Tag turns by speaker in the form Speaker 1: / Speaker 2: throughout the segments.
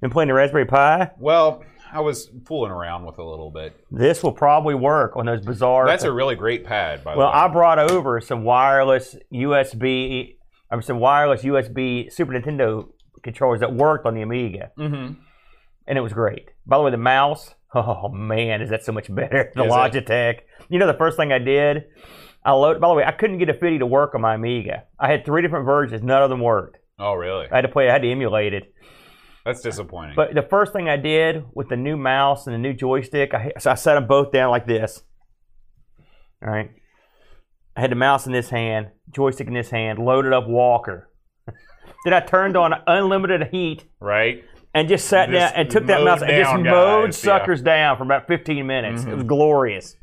Speaker 1: Been playing the Raspberry Pi.
Speaker 2: Well, I was fooling around with it a little bit.
Speaker 1: This will probably work on those bizarre.
Speaker 2: That's a really great pad, by
Speaker 1: well,
Speaker 2: the way.
Speaker 1: I brought over some wireless USB. I mean, um, some wireless USB Super Nintendo controllers that worked on the Amiga,
Speaker 2: mm-hmm.
Speaker 1: and it was great. By the way, the mouse. Oh man, is that so much better? The
Speaker 2: Is it?
Speaker 1: Logitech. You know, the first thing I did, I loaded. By the way, I couldn't get Affinity to work on my Amiga. I had three different versions, none of them worked.
Speaker 2: Oh, really?
Speaker 1: I had to play. I had to emulate it.
Speaker 2: That's disappointing.
Speaker 1: But the first thing I did with the new mouse and the new joystick, I, so I set them both down like this. All right. I had the mouse in this hand, joystick in this hand, loaded up Walker. then I turned on unlimited heat
Speaker 2: right?
Speaker 1: and just sat
Speaker 2: Just
Speaker 1: down and took that
Speaker 2: mowed
Speaker 1: mouse and just
Speaker 2: down
Speaker 1: mowed
Speaker 2: guys, yeah. Mm-hmm.
Speaker 1: suckers down for about 15 minutes. It was glorious.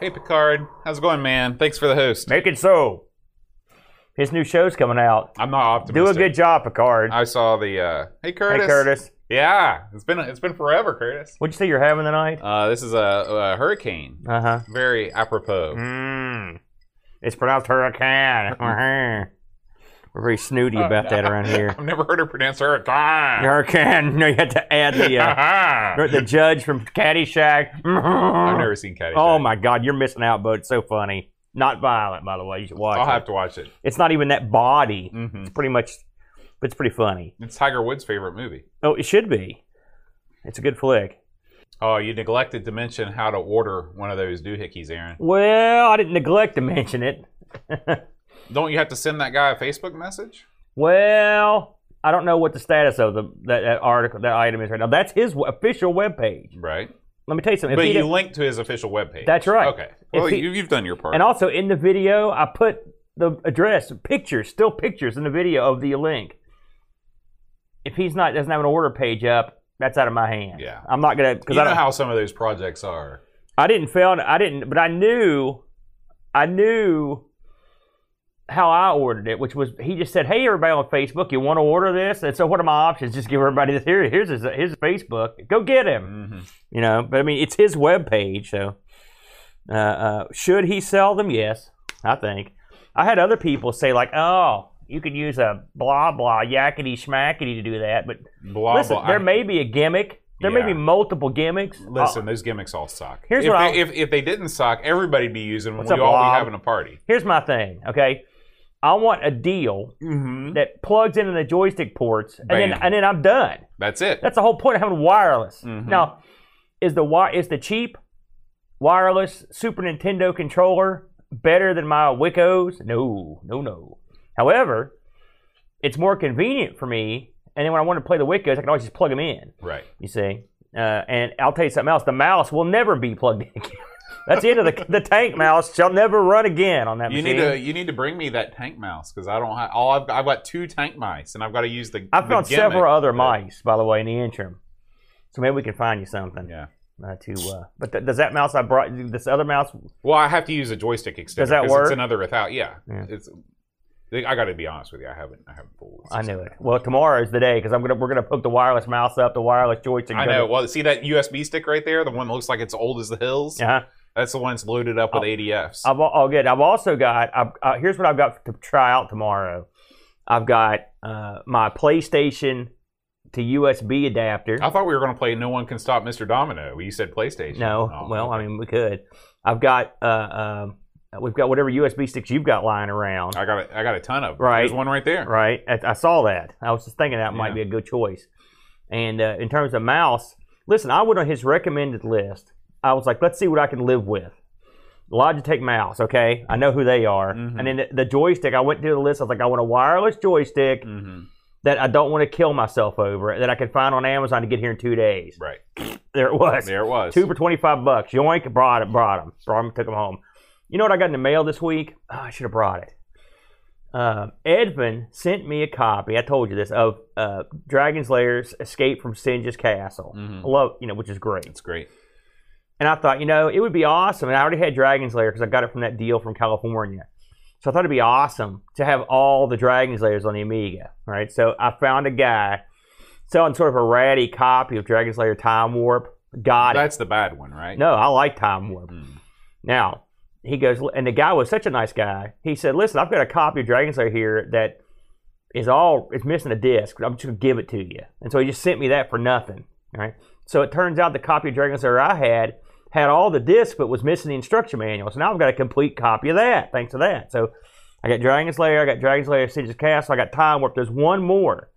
Speaker 2: Hey, Picard. How's it going, man? Thanks for the host.
Speaker 1: Make it so. His new show's coming out.
Speaker 2: I'm not
Speaker 1: Do a
Speaker 2: optimistic.
Speaker 1: good job, Picard.
Speaker 2: I saw the. Uh, hey, Curtis.
Speaker 1: Hey, Curtis.
Speaker 2: Yeah, it's been it's been forever, Curtis.
Speaker 1: What'd you say you're having tonight?
Speaker 2: Uh, this is a, a hurricane.
Speaker 1: Uh huh.
Speaker 2: Very apropos.
Speaker 1: Mm. It's pronounced hurricane. We're very snooty
Speaker 2: Uh,
Speaker 1: about that around here.
Speaker 2: I've never heard her pronounce hurricane.
Speaker 1: Hurricane. No, you had to add the uh,
Speaker 2: I've
Speaker 1: the judge from Caddyshack.
Speaker 2: never seen Caddy.
Speaker 1: oh my God, you're missing out, but it's so funny. Not violent, by the way. You should watch.
Speaker 2: I'll
Speaker 1: it.
Speaker 2: have to watch it.
Speaker 1: It's not even that body.
Speaker 2: hmm
Speaker 1: It's pretty much. It's pretty funny.
Speaker 2: It's Tiger Woods' favorite movie.
Speaker 1: Oh, it should be. It's a good flick.
Speaker 2: Oh, you neglected to mention how to order one of those doohickeys, Aaron.
Speaker 1: Well, I didn't neglect to mention it.
Speaker 2: Don't you have to send that guy a Facebook message?
Speaker 1: Well, I don't know what the status of the that, that article that item is right now. That's his official webpage.
Speaker 2: Right.
Speaker 1: Let me tell you something. If
Speaker 2: but
Speaker 1: he
Speaker 2: you
Speaker 1: did-
Speaker 2: linked to his official webpage.
Speaker 1: That's right.
Speaker 2: Okay. Well,
Speaker 1: he-
Speaker 2: you, you've done your part.
Speaker 1: and also in the video, I put the address, pictures, still pictures in the video of the link. If he's not doesn't have an order page up, that's out of my hand.
Speaker 2: Yeah.
Speaker 1: I'm not gonna because
Speaker 2: you
Speaker 1: I
Speaker 2: know
Speaker 1: don't.
Speaker 2: how some of those projects are.
Speaker 1: I didn't fail. I didn't, but I knew, I knew how I ordered it, which was he just said, "Hey, everybody on Facebook, you want to order this?" And so, what are my options? Just give everybody this. Here, here's his, here's his Facebook. Go get him.
Speaker 2: hmm
Speaker 1: you know but i mean it's his web page so uh, uh, should he sell them yes i think i had other people say like oh you could use a blah blah yakety schmackety to do that but
Speaker 2: Blah
Speaker 1: listen
Speaker 2: blah.
Speaker 1: there
Speaker 2: I-
Speaker 1: may be a gimmick there
Speaker 2: Yeah.
Speaker 1: may be multiple gimmicks
Speaker 2: Listen,
Speaker 1: Uh,
Speaker 2: those gimmicks all suck.
Speaker 1: Here's
Speaker 2: if,
Speaker 1: what I'll-
Speaker 2: they, if, if they didn't suck, everybody'd be using them.
Speaker 1: What's
Speaker 2: We'd all
Speaker 1: up, Bob?
Speaker 2: be having a party.
Speaker 1: here's my thing okay i want a deal
Speaker 2: Mm-hmm.
Speaker 1: that plugs into the joystick ports and then
Speaker 2: Bam.
Speaker 1: and then i'm done
Speaker 2: That's it.
Speaker 1: That's the whole point of having wireless.
Speaker 2: Mhm.
Speaker 1: Now, is the wi- is the cheap wireless Super Nintendo controller better than my Wicos? No, no, no. However, it's more convenient for me, and then when I want to play the Wicos, I can always just plug them in.
Speaker 2: right.
Speaker 1: You see, uh, and I'll tell you something else: the mouse will never be plugged in. again. That's the end of the the tank mouse shall never run again on that
Speaker 2: You
Speaker 1: machine.
Speaker 2: need to you need to bring me that tank mouse because I don't have all I've got, I've got two tank mice and I've got to use the.
Speaker 1: I found
Speaker 2: the gimmick.
Speaker 1: several other
Speaker 2: but-
Speaker 1: mice, by the way, in the interim. So maybe we can find you something.
Speaker 2: Yeah.
Speaker 1: uh, to uh, but th- does that mouse I brought this other mouse
Speaker 2: Well, I have to use a joystick extender.
Speaker 1: Does that
Speaker 2: 'cause
Speaker 1: work?
Speaker 2: It's another without. Yeah.
Speaker 1: Yeah.
Speaker 2: It's. I got to be honest with you. I haven't. I haven't pulled. this
Speaker 1: I knew
Speaker 2: extender.
Speaker 1: it. Well, tomorrow is the day because I'm gonna we're gonna hook the wireless mouse up, the wireless joystick.
Speaker 2: I know. Well, see that USB stick right there, the one that looks like it's old as the hills.
Speaker 1: Yeah,
Speaker 2: That's the one that's loaded up with ADFs.
Speaker 1: Uh-huh. I've al- oh good. I've also got. I've, uh, here's what I've got to try out tomorrow. I've got uh, my PlayStation to USB adapter.
Speaker 2: I thought we were going to play No One Can Stop Mr. Domino. You said PlayStation.
Speaker 1: no,
Speaker 2: Oh,
Speaker 1: well, I mean we could. I've got. Uh, um, we've got whatever USB sticks you've got lying around.
Speaker 2: I got a, I got a ton of them.
Speaker 1: Right.
Speaker 2: There's one right there.
Speaker 1: right? I, I saw that. I was just thinking that might
Speaker 2: Yeah.
Speaker 1: be a good choice. And uh, in terms of mouse, listen, I went on his recommended list. I was like, let's see what I can live with. Logitech mouse, okay? I know who they are.
Speaker 2: Mhm.
Speaker 1: And then the, the joystick, I went through the list. I was like, I want a wireless joystick
Speaker 2: hmm
Speaker 1: that I don't want to kill myself over that I can find on Amazon to get here in two days.
Speaker 2: Right.
Speaker 1: There it was.
Speaker 2: There it was.
Speaker 1: Two for 25 bucks. Yoink, brought it, brought them. Brought them, took them home. You know what I got in the mail this week? Oh, I should have brought it. Um, Edvin sent me a copy, I told you this, of uh, Dragon's Lair's Escape from Singe's Castle.
Speaker 2: Mhm.
Speaker 1: I love, you know, which is great.
Speaker 2: It's great.
Speaker 1: And I thought, you know, it would be awesome. And I already had Dragon's Lair because I got it from that deal from California. So I thought it'd be awesome to have all the Dragon's Lairs on the Amiga, right? So I found a guy selling sort of a ratty copy of Dragon's Lair Time Warp. Got it.
Speaker 2: That's the bad one, right?
Speaker 1: No, I like Time Warp.
Speaker 2: Mm.
Speaker 1: Now, he goes, and the guy was such a nice guy. He said, Listen, I've got a copy of Dragon's Lair here that is all it's missing a disc. I'm just gonna give it to you. And so he just sent me that for nothing. All right. So it turns out the copy of Dragon Slayer I had had all the discs but was missing the instruction manual. So now I've got a complete copy of that, thanks to that. So I got Dragon Slayer, I got Dragon Slayer Siege's Castle, I got Time Warp. There's one more.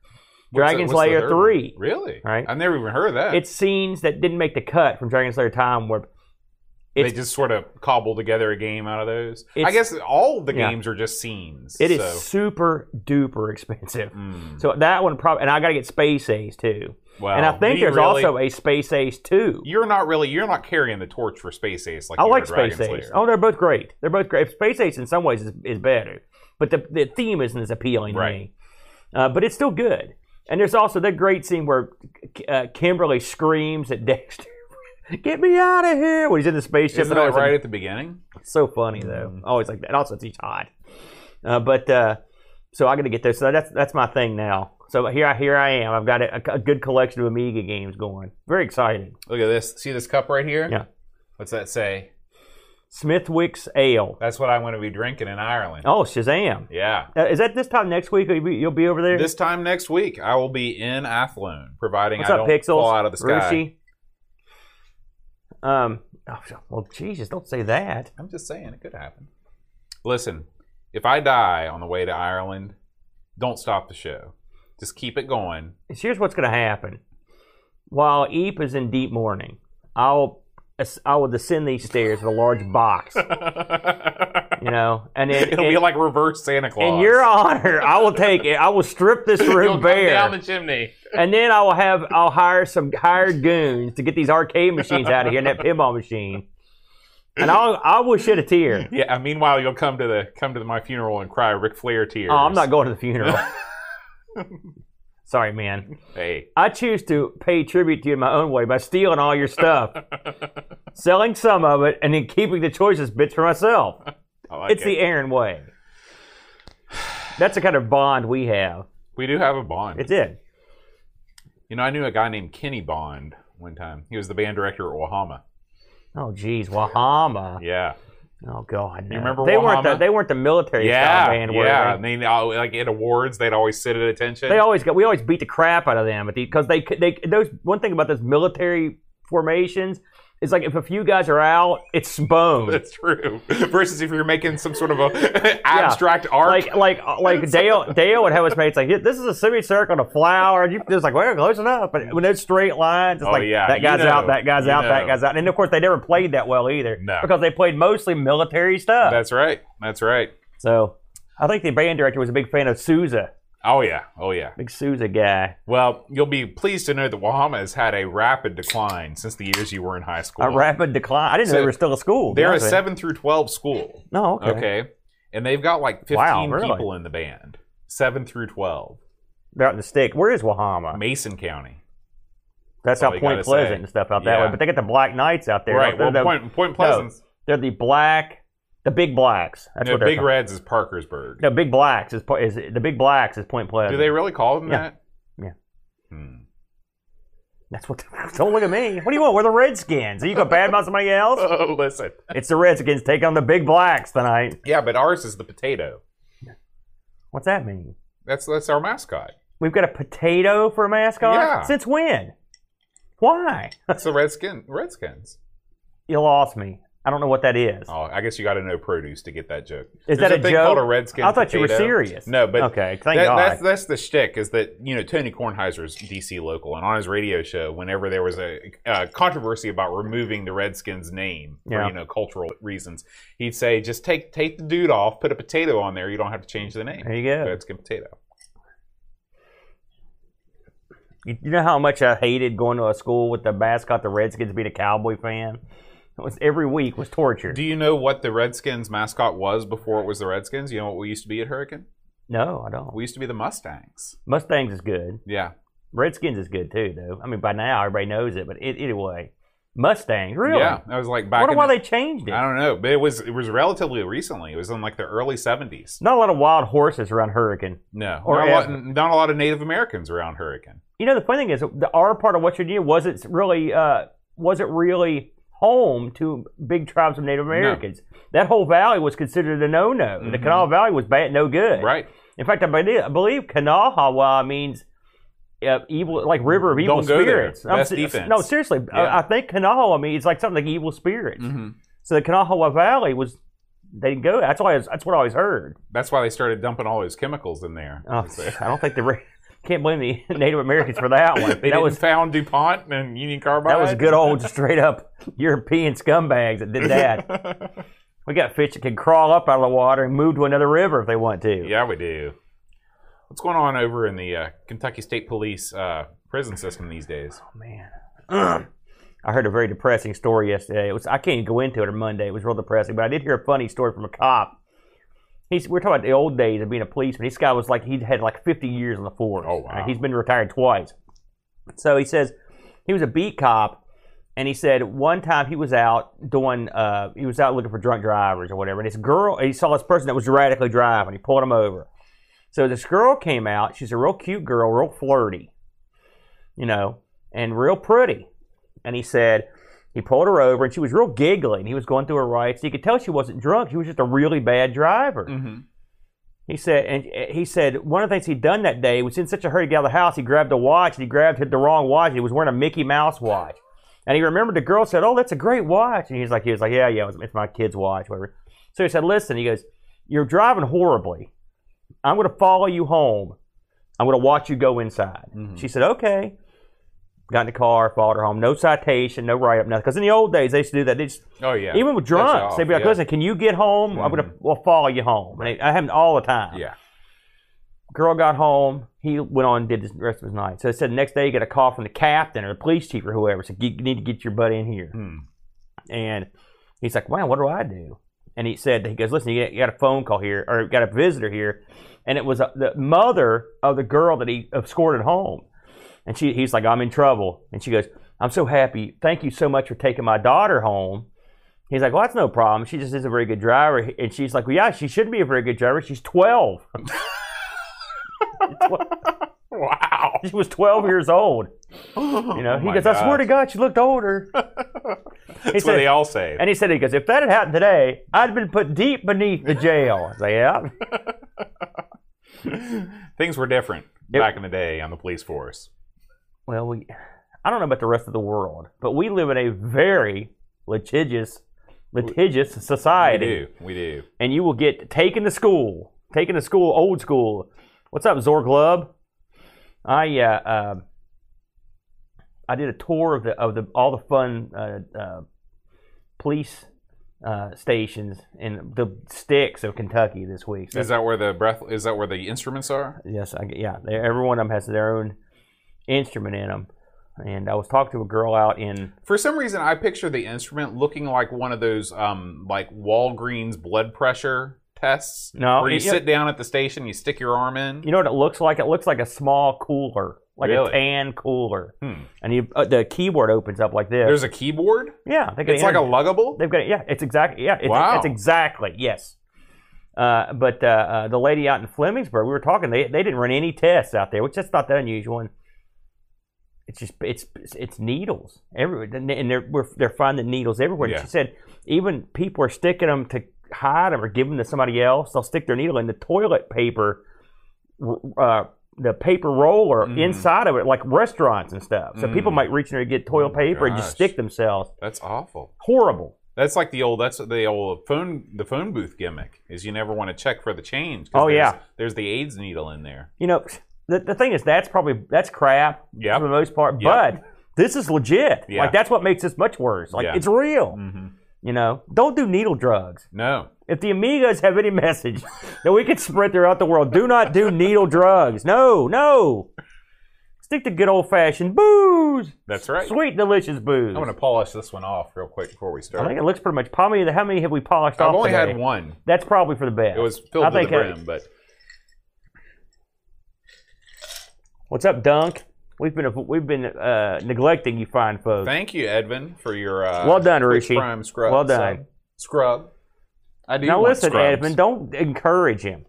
Speaker 2: What's the-
Speaker 1: Dragon
Speaker 2: what's the
Speaker 1: Slayer
Speaker 2: third one?
Speaker 1: 3.
Speaker 2: Really?
Speaker 1: Right.
Speaker 2: I've never even heard of that.
Speaker 1: It's scenes that didn't make the cut from Dragon Slayer Time Warp.
Speaker 2: they
Speaker 1: it's-
Speaker 2: just sort of cobble together a game out of those. I
Speaker 1: It's-
Speaker 2: guess all the
Speaker 1: Yeah.
Speaker 2: games are just scenes.
Speaker 1: It is
Speaker 2: so.
Speaker 1: super duper expensive.
Speaker 2: mm.
Speaker 1: So that one probably, and I got to get Space Ace too.
Speaker 2: Well,
Speaker 1: and I think
Speaker 2: you
Speaker 1: there's
Speaker 2: Oh, really-
Speaker 1: also a Space Ace two.
Speaker 2: you're not really you're not carrying the torch for Space Ace like
Speaker 1: I
Speaker 2: you
Speaker 1: like
Speaker 2: are
Speaker 1: Space
Speaker 2: Dragon
Speaker 1: Ace.
Speaker 2: Slayer.
Speaker 1: Oh, they're both great. They're both great. Space Ace in some ways is, is better, but the, the theme isn't as appealing to
Speaker 2: Right.
Speaker 1: me. Uh, but it's still good. And there's also that great scene where uh, Kimberly screams at Dexter, "Get me out of here!" when he's in the spaceship.
Speaker 2: Isn't
Speaker 1: and all
Speaker 2: that
Speaker 1: this-
Speaker 2: right at the beginning?
Speaker 1: It's so funny though.
Speaker 2: Mm-hmm.
Speaker 1: I Always like that. And also, it's each odd. Uh, but uh, so I got to get those. So that's that's my thing now. So here I here I am. I've got a, a good collection of Amiga games going. Very exciting.
Speaker 2: Look at this. See this cup right here?
Speaker 1: Yeah.
Speaker 2: What's that say?
Speaker 1: Smithwick's Ale.
Speaker 2: That's what I'm going to be drinking in Ireland.
Speaker 1: Oh, Shazam!
Speaker 2: Yeah.
Speaker 1: Uh, is that this time next week? You'll be, you'll be over there.
Speaker 2: This time next week, I will be in Athlone, providing
Speaker 1: What's
Speaker 2: I
Speaker 1: up,
Speaker 2: don't
Speaker 1: Pixels?
Speaker 2: fall out of the sky.
Speaker 1: Rushi? Um. oh, well, Jesus, don't say that.
Speaker 2: I'm just saying it could happen. Listen, if I die on the way to Ireland, don't stop the show. Just keep it going.
Speaker 1: Here's what's going to happen. While Eep is in deep mourning, I'll I will descend these stairs with a large box. you know, and in,
Speaker 2: It'll
Speaker 1: in,
Speaker 2: be like reverse Santa Claus.
Speaker 1: in your honor, I will take it. I will strip this
Speaker 3: You'll
Speaker 1: room
Speaker 3: come down the
Speaker 1: bare,
Speaker 3: chimney.
Speaker 1: and then I will have I'll hire some hired goons to get these arcade machines out of here and that pinball machine, and I'll I will shed a tear.
Speaker 2: yeah. and Meanwhile, you'll come to the come to my funeral and cry Ric Flair tears.
Speaker 1: Oh, I'm not going to the funeral. Sorry, man.
Speaker 2: Hey,
Speaker 1: I choose to pay tribute to you in my own way by stealing all your stuff, selling some of it, and then keeping the choicest bits for myself.
Speaker 2: I like
Speaker 1: It's
Speaker 2: it.
Speaker 1: the Aaron way. That's the kind of bond we have.
Speaker 2: we do have a bond.
Speaker 1: It's it.
Speaker 2: You know, I knew a guy named Kenny Bond one time. He was the band director at Wahama.
Speaker 1: Oh geez, Wahama.
Speaker 2: Yeah,
Speaker 1: Oh god, no.
Speaker 2: You remember
Speaker 1: they weren't the
Speaker 2: Wahama?
Speaker 1: they weren't the military
Speaker 2: yeah,
Speaker 1: style band, were
Speaker 2: yeah.
Speaker 1: they?
Speaker 2: And they, uh, like at awards, they'd always sit at attention.
Speaker 1: They always got we always beat the crap out of them because they they those one thing about those military formations is like if a few guys are out, it's bone.
Speaker 2: That's true. Versus if you're making some sort of a abstract art.
Speaker 1: Like like uh, like Dale Dale would have his mates like "Yeah, this is a semicircle and a flower and you it's like well close enough but when there's straight lines it's
Speaker 2: Oh,
Speaker 1: like
Speaker 2: yeah,
Speaker 1: that
Speaker 2: you
Speaker 1: guy's out
Speaker 2: know,
Speaker 1: that guy's
Speaker 2: you
Speaker 1: out that
Speaker 2: know.
Speaker 1: guy's out and of course they never played that well either
Speaker 2: No.
Speaker 1: because they played mostly military stuff
Speaker 2: That's right. That's right.
Speaker 1: so I think the band director was a big fan of Sousa
Speaker 2: Oh yeah. Oh yeah.
Speaker 1: Big Sousa guy.
Speaker 2: Well, you'll be pleased to know that Wahama has had a rapid decline since the years you were in high school.
Speaker 1: A rapid decline. I didn't know
Speaker 2: So,
Speaker 1: they were still a school.
Speaker 2: They're a
Speaker 1: Gotcha.
Speaker 2: seven through twelve school.
Speaker 1: No, okay.
Speaker 2: Okay. And they've got like fifteen
Speaker 1: Wow, really?
Speaker 2: people in the band. Seven through twelve.
Speaker 1: They're out in the stick. Where is Wahama?
Speaker 2: Mason County.
Speaker 1: That's
Speaker 2: all
Speaker 1: how
Speaker 2: you
Speaker 1: Point
Speaker 2: gotta
Speaker 1: Pleasant
Speaker 2: say.
Speaker 1: and stuff out that
Speaker 2: Yeah.
Speaker 1: way. But they get the Black Knights out there.
Speaker 2: right.
Speaker 1: They're,
Speaker 2: Well
Speaker 1: the,
Speaker 2: Point Point Pleasant.
Speaker 1: they're the black, the big blacks. That's
Speaker 2: No,
Speaker 1: what they're
Speaker 2: Big
Speaker 1: called.
Speaker 2: Reds is Parkersburg.
Speaker 1: No, big blacks is, po- is the big blacks is Point Pleasant.
Speaker 2: Do they really call them
Speaker 1: Yeah.
Speaker 2: that?
Speaker 1: Yeah.
Speaker 2: Hmm.
Speaker 1: That's what. don't look at me. What do you want? We're the Redskins. Are you gonna badmouth somebody else?
Speaker 2: Oh, listen.
Speaker 1: It's the Redskins taking on the big blacks tonight.
Speaker 2: Yeah, but ours is the potato.
Speaker 1: What's that mean?
Speaker 2: That's that's our mascot.
Speaker 1: We've got a potato for a mascot.
Speaker 2: Yeah.
Speaker 1: Since when? Why?
Speaker 2: That's the Redskin Redskins.
Speaker 1: You lost me. I don't know what that is.
Speaker 2: Oh, I guess you got to know produce to get that joke.
Speaker 1: Is
Speaker 2: There's
Speaker 1: that a
Speaker 2: thing
Speaker 1: joke?
Speaker 2: called a Redskin
Speaker 1: I thought you were
Speaker 2: potato.
Speaker 1: serious.
Speaker 2: No, but
Speaker 1: okay, thank
Speaker 2: that,
Speaker 1: God.
Speaker 2: that's that's the shtick is that you know Tony Kornheiser's DC local, and on his radio show, whenever there was a, uh controversy about removing the Redskins name for
Speaker 1: Yeah.
Speaker 2: you know cultural reasons, he'd say just take take the dude off, put a potato on there. You don't have to change the name.
Speaker 1: there you go.
Speaker 2: Redskin potato.
Speaker 1: You, you know how much I hated going to a school with the mascot, the Redskins, being a Cowboy fan. It was every week was torture.
Speaker 2: Do you know what the Redskins mascot was before it was the Redskins? You know what we used to be at Hurricane?
Speaker 1: no, I don't.
Speaker 2: We used to be the Mustangs.
Speaker 1: Mustangs is good.
Speaker 2: Yeah.
Speaker 1: Redskins is good too, though. I mean, by now everybody knows it, but it, either way, Mustangs really.
Speaker 2: Yeah. I was like
Speaker 1: I
Speaker 2: back.
Speaker 1: wonder
Speaker 2: in
Speaker 1: why
Speaker 2: the-
Speaker 1: they changed it.
Speaker 2: I don't know, but it was it was relatively recently. It was in like the early seventies.
Speaker 1: Not a lot of wild horses around Hurricane.
Speaker 2: No,
Speaker 1: Or
Speaker 2: not a, lot,
Speaker 1: ever.
Speaker 2: not a lot of Native Americans around Hurricane.
Speaker 1: You know, the funny thing is, the our part of what you do was it really uh, was it really home to big tribes of Native Americans. That whole valley was considered a no-no. The
Speaker 2: Mhm.
Speaker 1: Canal Valley was bad, no good.
Speaker 2: Right?
Speaker 1: In fact, I believe, I believe Kanahawa means uh, evil, like river of evil
Speaker 2: Don't go there.
Speaker 1: spirits. I'm
Speaker 2: Best
Speaker 1: se-
Speaker 2: defense.
Speaker 1: No, seriously, I-
Speaker 2: Yeah.
Speaker 1: I, think Kanahawa means like something like evil spirits.
Speaker 2: Mm-hmm.
Speaker 1: So the Kanahawa Valley was they didn't go. That's all. I was- That's what I always heard.
Speaker 2: That's why they started dumping all those chemicals in there.
Speaker 1: Oh,
Speaker 2: So- they
Speaker 1: I don't think the re- can't blame the Native Americans for that one.
Speaker 2: didn't
Speaker 1: That was
Speaker 2: found DuPont and Union Carbide.
Speaker 1: that was good old straight up European scumbags that did that. We got fish that can crawl up out of the water and move to another river if they want to.
Speaker 2: yeah, we do. What's going on over in the uh, Kentucky State Police uh, prison system these days?
Speaker 1: Oh, man. I heard a very depressing story yesterday. It was I can't even go into it on Monday. It was real depressing, but I did hear a funny story from a cop. He's, we're talking about the old days of being a policeman. This guy was like he had like 50 years on the force.
Speaker 2: Oh, wow.
Speaker 1: And he's been retired twice. So he says he was a beat cop, and he said one time he was out doing uh, he was out looking for drunk drivers or whatever, and this girl he saw this person that was radically driving. He pulled him over. So this girl came out. She's a real cute girl, real flirty, you know, and real pretty. And he said he pulled her over, and she was real giggly, and he was going through her rights. You could tell she wasn't drunk. She was just a really bad driver.
Speaker 2: Mm-hmm.
Speaker 1: He said, and uh, he said one of the things he'd done that day was in such a hurry to get out of the house, he grabbed a watch and he grabbed the wrong watch. He was wearing a Mickey Mouse watch, and he remembered the girl said, "Oh, that's a great watch," and he was like, "He was like, yeah, yeah, it was- it's my kid's watch, whatever." So he said, "Listen," he goes, "You're driving horribly. I'm going to follow you home. I'm going to watch you go inside."
Speaker 2: Hmm. Mm-hmm.
Speaker 1: She said, "Okay." Got in the car, followed her home. No citation, no write up, nothing. Because in the old days, they used to do that. They just
Speaker 2: Oh yeah.
Speaker 1: even with
Speaker 2: That's
Speaker 1: drunks,
Speaker 2: off,
Speaker 1: they'd be like,
Speaker 2: yeah. Hmm.
Speaker 1: "Listen, can you get home? I'm gonna we'll follow you home." And it, I happened all the time.
Speaker 2: yeah.
Speaker 1: Girl got home. He went on and did the rest of his night. So it said the next day he got a call from the captain or the police chief or whoever. Said you need to get your buddy in here.
Speaker 2: Hmm.
Speaker 1: And he's like, "Wow, what do I do?" And he said, "He goes, listen, you got- you got a phone call here or got a visitor here, and it was uh the mother of the girl that he escorted home." And she, he's like, "I'm in trouble," and she goes, "I'm so happy. Thank you so much for taking my daughter home." He's like, well, that's no problem. She just isn't a very good driver. And she's like, well, yeah, she should be a very good driver. She's 12.
Speaker 2: Wow.
Speaker 1: She was 12 years old.
Speaker 2: Oh
Speaker 1: You know, he goes, I swear to God, she looked older.
Speaker 2: That's what
Speaker 1: said-
Speaker 2: they all say.
Speaker 1: And he said, he goes, if that had happened today, I'd been put deep beneath the jail. I was like, yeah.
Speaker 2: Things were different
Speaker 1: It-
Speaker 2: back in the day on the police force.
Speaker 1: Well, we, I don't know about the rest of the world, but we live in a very litigious, litigious
Speaker 2: We
Speaker 1: society.
Speaker 2: do. We do.
Speaker 1: And you will get taken to school, taken to school, old school. What's up, Zorg Lub? I, uh, uh, I did a tour of the of the all the fun uh, uh, police uh, stations in the sticks of Kentucky this week. So
Speaker 2: Is that where the breath? Is that where the instruments are?
Speaker 1: Yes, I, yeah. they- Every one of them has their own instrument in them. And I was talking to a girl out in.
Speaker 2: For some reason, I picture the instrument looking like one of those, um, like Walgreens blood pressure tests,
Speaker 1: No,
Speaker 2: where you,
Speaker 1: you, know,
Speaker 2: sit down at the station, you stick your arm in.
Speaker 1: you know what it looks like? It looks like a small cooler, like
Speaker 2: Really?
Speaker 1: a tan cooler,
Speaker 2: Hmm.
Speaker 1: and you, uh, the keyboard opens up like this.
Speaker 2: There's a keyboard.
Speaker 1: yeah, they got
Speaker 2: It's like a
Speaker 1: internet.
Speaker 2: luggable.
Speaker 1: They've got it. Yeah, it's exactly. Yeah, it's,
Speaker 2: Wow.
Speaker 1: it's exactly yes. Uh, but uh, uh, the lady out in Flemingsburg, we were talking. They they didn't run any tests out there, which that's not that unusual. And it's just it's it's needles everywhere, and they- and they're we're, they're finding needles everywhere.
Speaker 2: Yeah.
Speaker 1: And she said even people are sticking them to hide them or give them to somebody else. They'll stick their needle in the toilet paper, uh, the paper roller
Speaker 2: Mhm.
Speaker 1: inside of it, like restaurants and stuff. So people
Speaker 2: Mm.
Speaker 1: might reach in there to get toilet
Speaker 2: Oh my
Speaker 1: paper and just
Speaker 2: gosh.
Speaker 1: stick themselves.
Speaker 2: That's awful.
Speaker 1: Horrible.
Speaker 2: That's like the old. That's the old phone. The phone booth gimmick is you never want to check for the change. 'cause
Speaker 1: Oh,
Speaker 2: there's-
Speaker 1: yeah.
Speaker 2: There's the AIDS needle in there.
Speaker 1: you know, the, the thing is, that's probably that's crap for
Speaker 2: Yeah.
Speaker 1: the most part.
Speaker 2: Yep.
Speaker 1: But this is legit.
Speaker 2: Yeah.
Speaker 1: Like that's what makes this much worse. Like
Speaker 2: Yeah.
Speaker 1: it's real.
Speaker 2: Mm-hmm.
Speaker 1: You know, don't do needle drugs.
Speaker 2: No.
Speaker 1: If the Amigas have any message that we can spread throughout the world, do not do needle drugs. No, no. Stick to good old fashioned booze.
Speaker 2: That's right.
Speaker 1: Sweet, delicious booze.
Speaker 2: I'm going to polish this one off real quick before we
Speaker 1: I
Speaker 2: start.
Speaker 1: think it looks pretty much. How many? How many have we polished
Speaker 2: I've
Speaker 1: off
Speaker 2: only
Speaker 1: today?
Speaker 2: had one.
Speaker 1: That's probably for the best.
Speaker 2: It was filled
Speaker 1: I
Speaker 2: to the
Speaker 1: think I-
Speaker 2: brim, but
Speaker 1: What's up, Dunk? We've been we've been uh, neglecting you, fine folks.
Speaker 2: thank you, Edvin, for your uh,
Speaker 1: Well done,
Speaker 2: Twitch
Speaker 1: Ruchi.
Speaker 2: Prime scrub.
Speaker 1: Well done.
Speaker 2: sub. scrub. I do.
Speaker 1: Now
Speaker 2: want
Speaker 1: listen,
Speaker 2: scrubs.
Speaker 1: Edmund, don't encourage him.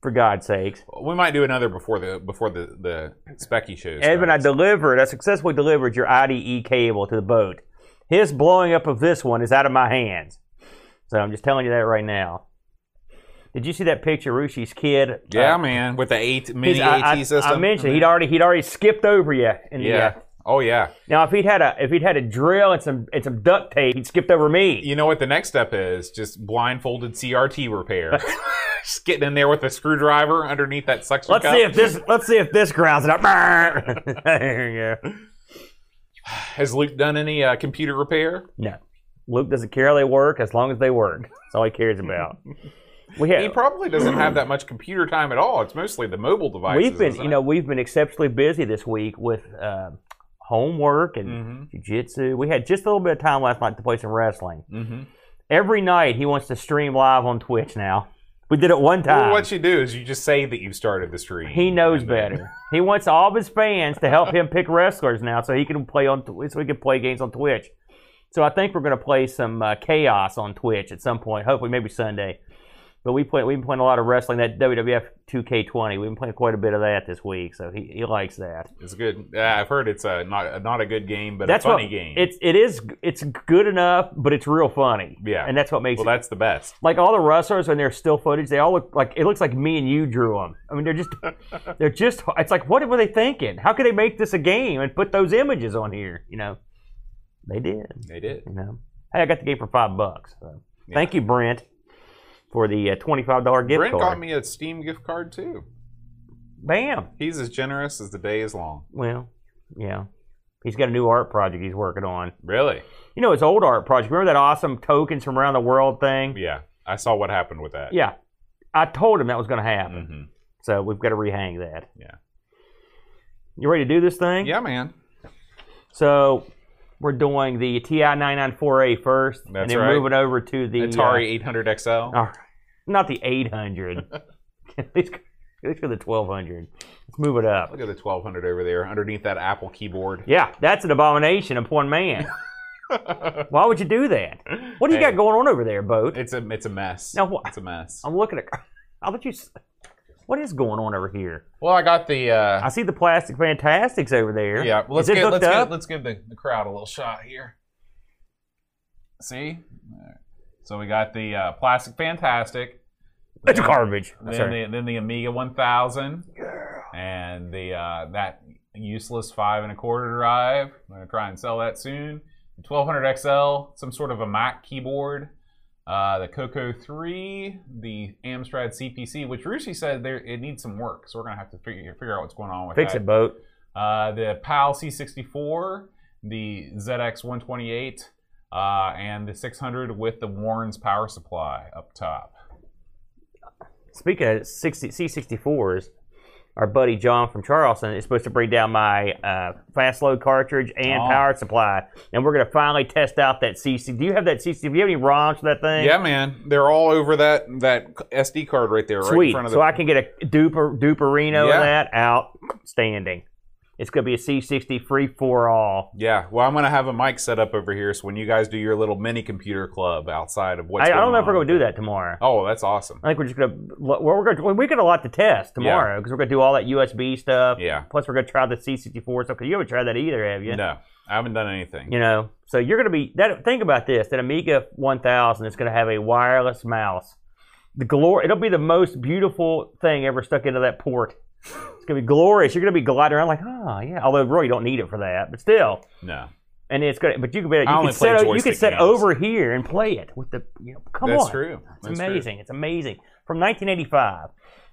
Speaker 1: For God's sakes.
Speaker 2: We might do another before the before the the Specky show.
Speaker 1: Edmund, I
Speaker 2: starts.
Speaker 1: delivered, I successfully delivered your IDE cable to the boat. His blowing up of this one is out of my hands. So I'm just telling you that right now. Did you see that picture, Rushi's kid?
Speaker 2: Yeah,
Speaker 1: Uh,
Speaker 2: man, with the eight
Speaker 1: he's-
Speaker 2: mini
Speaker 1: I, I-
Speaker 2: AT system. Mm-hmm.
Speaker 1: I mentioned he'd already he'd already skipped over you. In
Speaker 2: yeah. Oh yeah.
Speaker 1: The, now if he'd had a if he'd had a drill and some and some duct tape, he'd skipped over me.
Speaker 2: You know what the next step is? Just blindfolded CRT repair. Just getting in there with a screwdriver underneath that suction
Speaker 1: Let's
Speaker 2: cup.
Speaker 1: see if this let's see if this grounds it up. there you go.
Speaker 2: Has Luke done any uh, computer repair?
Speaker 1: No. Luke doesn't care how they work as long as they work. That's all he cares about. We
Speaker 2: He
Speaker 1: have
Speaker 2: probably doesn't have that much computer time at all. It's mostly the mobile devices.
Speaker 1: we've been
Speaker 2: isn't
Speaker 1: you
Speaker 2: it?
Speaker 1: know we've been exceptionally busy this week with uh, homework and
Speaker 2: Mhm.
Speaker 1: jiu-jitsu. We had just a little bit of time last night to play some wrestling.
Speaker 2: Mhm.
Speaker 1: Every night he wants to stream live on Twitch now. We did it one time.
Speaker 2: Well, what you do is you just say that you've started the stream.
Speaker 1: he knows
Speaker 2: And then-
Speaker 1: better. he wants all of his fans to help him pick wrestlers now, so he can play on Tw- so he can play games on Twitch. So I think we're going to play some uh, chaos on Twitch at some point. Hopefully, maybe Sunday. But we play, we've been playing a lot of wrestling. That WWF 2K20. We've been playing quite a bit of that this week, so he, he likes that.
Speaker 2: It's good. Uh, I've heard it's a not not a good game, but
Speaker 1: that's
Speaker 2: a funny
Speaker 1: what,
Speaker 2: game.
Speaker 1: It's it is it's good enough, but it's real funny.
Speaker 2: Yeah.
Speaker 1: and that's what makes
Speaker 2: well,
Speaker 1: it
Speaker 2: that's the best.
Speaker 1: like all the wrestlers and their still footage, they all look like it looks like me and you drew them. I mean, they're just, they're just. It's like, what were they thinking? How could they make this a game and put those images on here? You know, they did.
Speaker 2: They did.
Speaker 1: You know, hey, I got the game for five bucks. So.
Speaker 2: Yeah.
Speaker 1: Thank you, Brent, for the uh, twenty-five dollar gift
Speaker 2: Brent
Speaker 1: card.
Speaker 2: got me a Steam gift card too.
Speaker 1: Bam.
Speaker 2: He's as generous as the day is long.
Speaker 1: Well, yeah, he's got a new art project he's working on.
Speaker 2: Really?
Speaker 1: You know, his old art project. Remember that awesome tokens from around the world thing?
Speaker 2: Yeah. I saw what happened with that.
Speaker 1: Yeah. I told him that was going to happen.
Speaker 2: hmm
Speaker 1: So we've got to rehang that.
Speaker 2: Yeah.
Speaker 1: You ready to do this thing?
Speaker 2: Yeah, man.
Speaker 1: So we're doing the TI 994A first,
Speaker 2: That's
Speaker 1: and then
Speaker 2: right.
Speaker 1: moving over to the
Speaker 2: Atari 800 XL.
Speaker 1: uh, all right. not the 800. Let's go to the 1200. Let's move it up.
Speaker 2: Look at the 1200 over there underneath that Apple keyboard.
Speaker 1: Yeah, that's an abomination upon man. Why would you do that? What do you
Speaker 2: Hey.
Speaker 1: got going on over there, boat?
Speaker 2: It's a it's a mess.
Speaker 1: Now what?
Speaker 2: It's a mess.
Speaker 1: I'm looking at. How about you? s- What is going on over here?
Speaker 2: Well, I got the
Speaker 1: I
Speaker 2: uh
Speaker 1: see the plastic fantastics over there.
Speaker 2: yeah, well, let's
Speaker 1: is it
Speaker 2: get
Speaker 1: hooked
Speaker 2: let's
Speaker 1: up?
Speaker 2: get let's give the, the crowd a little shot here. See? All right. So we got the uh, plastic fantastic,
Speaker 1: it's garbage.
Speaker 2: then
Speaker 1: Sorry.
Speaker 2: the then the Amiga 1000 and the uh, that useless five and a quarter drive. I'm gonna try and sell that soon. 1200 XL, some sort of a Mac keyboard. Uh, the Coco 3, the Amstrad CPC, which Rushi said there it needs some work, so we're gonna have to figure, figure out what's going on with
Speaker 1: Fix
Speaker 2: that.
Speaker 1: it, boat.
Speaker 2: Uh, the PAL C64, the ZX128, uh, and the 600 with the Warren's power supply up top.
Speaker 1: Speaking of 60, C64s, our buddy John from Charleston is supposed to bring down my uh, fast load cartridge and
Speaker 2: Oh.
Speaker 1: power supply, and we're gonna finally test out that CC. Do you have that CC? Do you have any ROMs for that thing?
Speaker 2: Yeah, man, they're all over that that SD card right there, right in
Speaker 1: Sweet.
Speaker 2: front of
Speaker 1: so
Speaker 2: the
Speaker 1: I can get a duper duperino of
Speaker 2: Yeah.
Speaker 1: that outstanding. It's gonna be a C60 free for all.
Speaker 2: Yeah, well, I'm gonna have a mic set up over here, so when you guys do your little mini computer club outside of
Speaker 1: I,
Speaker 2: what's
Speaker 1: I don't
Speaker 2: going
Speaker 1: know if we're
Speaker 2: on.
Speaker 1: gonna do that tomorrow.
Speaker 2: Oh, that's awesome.
Speaker 1: I think we're just gonna. Well, we're gonna. We got a lot to test tomorrow because we're gonna do all that USB stuff.
Speaker 2: Yeah.
Speaker 1: Plus, we're gonna try the C64 stuff. Cause you haven't tried that either, have you?
Speaker 2: No, I haven't done anything.
Speaker 1: You know, so you're going to be that. Think about this: that Amiga 1000 is going to have a wireless mouse. The glory, it'll be the most beautiful thing ever stuck into that port. It's going to be glorious. You're going to be gliding around like, oh yeah. Although really, you don't need it for that, but still.
Speaker 2: No,
Speaker 1: And it's going to, but you can be, you
Speaker 2: I only
Speaker 1: can set,
Speaker 2: play
Speaker 1: o- you can
Speaker 2: joystick
Speaker 1: set
Speaker 2: games.
Speaker 1: over here and play it with the, you know, come
Speaker 2: that's
Speaker 1: on.
Speaker 2: true.
Speaker 1: It's
Speaker 2: That's true.
Speaker 1: amazing. It's amazing. From 1985,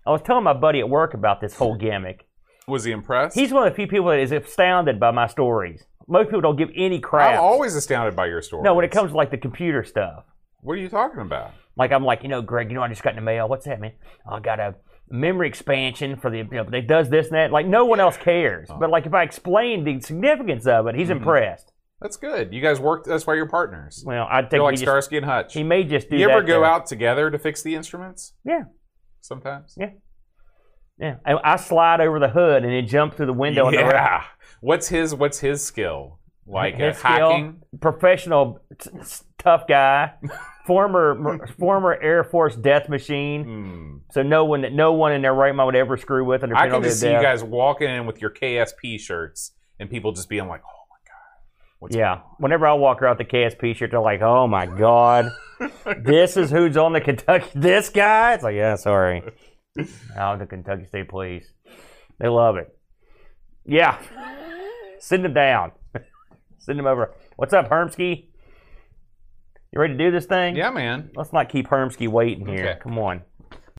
Speaker 1: I was telling my buddy at work about this whole gimmick.
Speaker 2: Was he impressed?
Speaker 1: He's one of the few people that is astounded by my stories. Most people don't give any crap.
Speaker 2: I'm always astounded by your story.
Speaker 1: No, when it comes to like the computer stuff,
Speaker 2: what are you talking about?
Speaker 1: like I'm like, you know, Greg, you know, I just got in the mail. What's that, man? Oh, I got a memory expansion for the. You know, they does this and that. Like no one else cares.
Speaker 2: Uh-huh.
Speaker 1: But like if I explain the significance of it, he's
Speaker 2: Mm-hmm.
Speaker 1: impressed.
Speaker 2: That's good. You guys worked. That's why you're partners.
Speaker 1: Well, I think
Speaker 2: You're like
Speaker 1: he, just,
Speaker 2: Starsky and Hutch.
Speaker 1: he may just do
Speaker 2: you
Speaker 1: that.
Speaker 2: ever go
Speaker 1: though.
Speaker 2: out together to fix the instruments?
Speaker 1: Yeah,
Speaker 2: Sometimes.
Speaker 1: yeah. And I slide over the hood and then jump through the window. And the
Speaker 2: Yeah. What's his What's his skill? Like
Speaker 1: His
Speaker 2: uh,
Speaker 1: skill?
Speaker 2: hacking.
Speaker 1: professional t- s- tough guy, former former Air Force death machine.
Speaker 2: Hmm.
Speaker 1: So no one that no one in their right mind would ever screw with under
Speaker 2: I
Speaker 1: penalty
Speaker 2: can
Speaker 1: of
Speaker 2: just see you
Speaker 1: death.
Speaker 2: guys walking in with your KSP shirts and people just being like, "Oh my god, What's
Speaker 1: Yeah. Whenever I walk around with the KSP shirt, they're like, "Oh my god, this is who's on the Kentucky. This guy." It's like, yeah, sorry, out the Kentucky State Police. They love it. Yeah. Send him down. Send him over. What's up, Hermsky? You ready to do this thing?
Speaker 2: Yeah, man.
Speaker 1: Let's not keep Hermsky waiting here.
Speaker 2: Okay.
Speaker 1: Come on.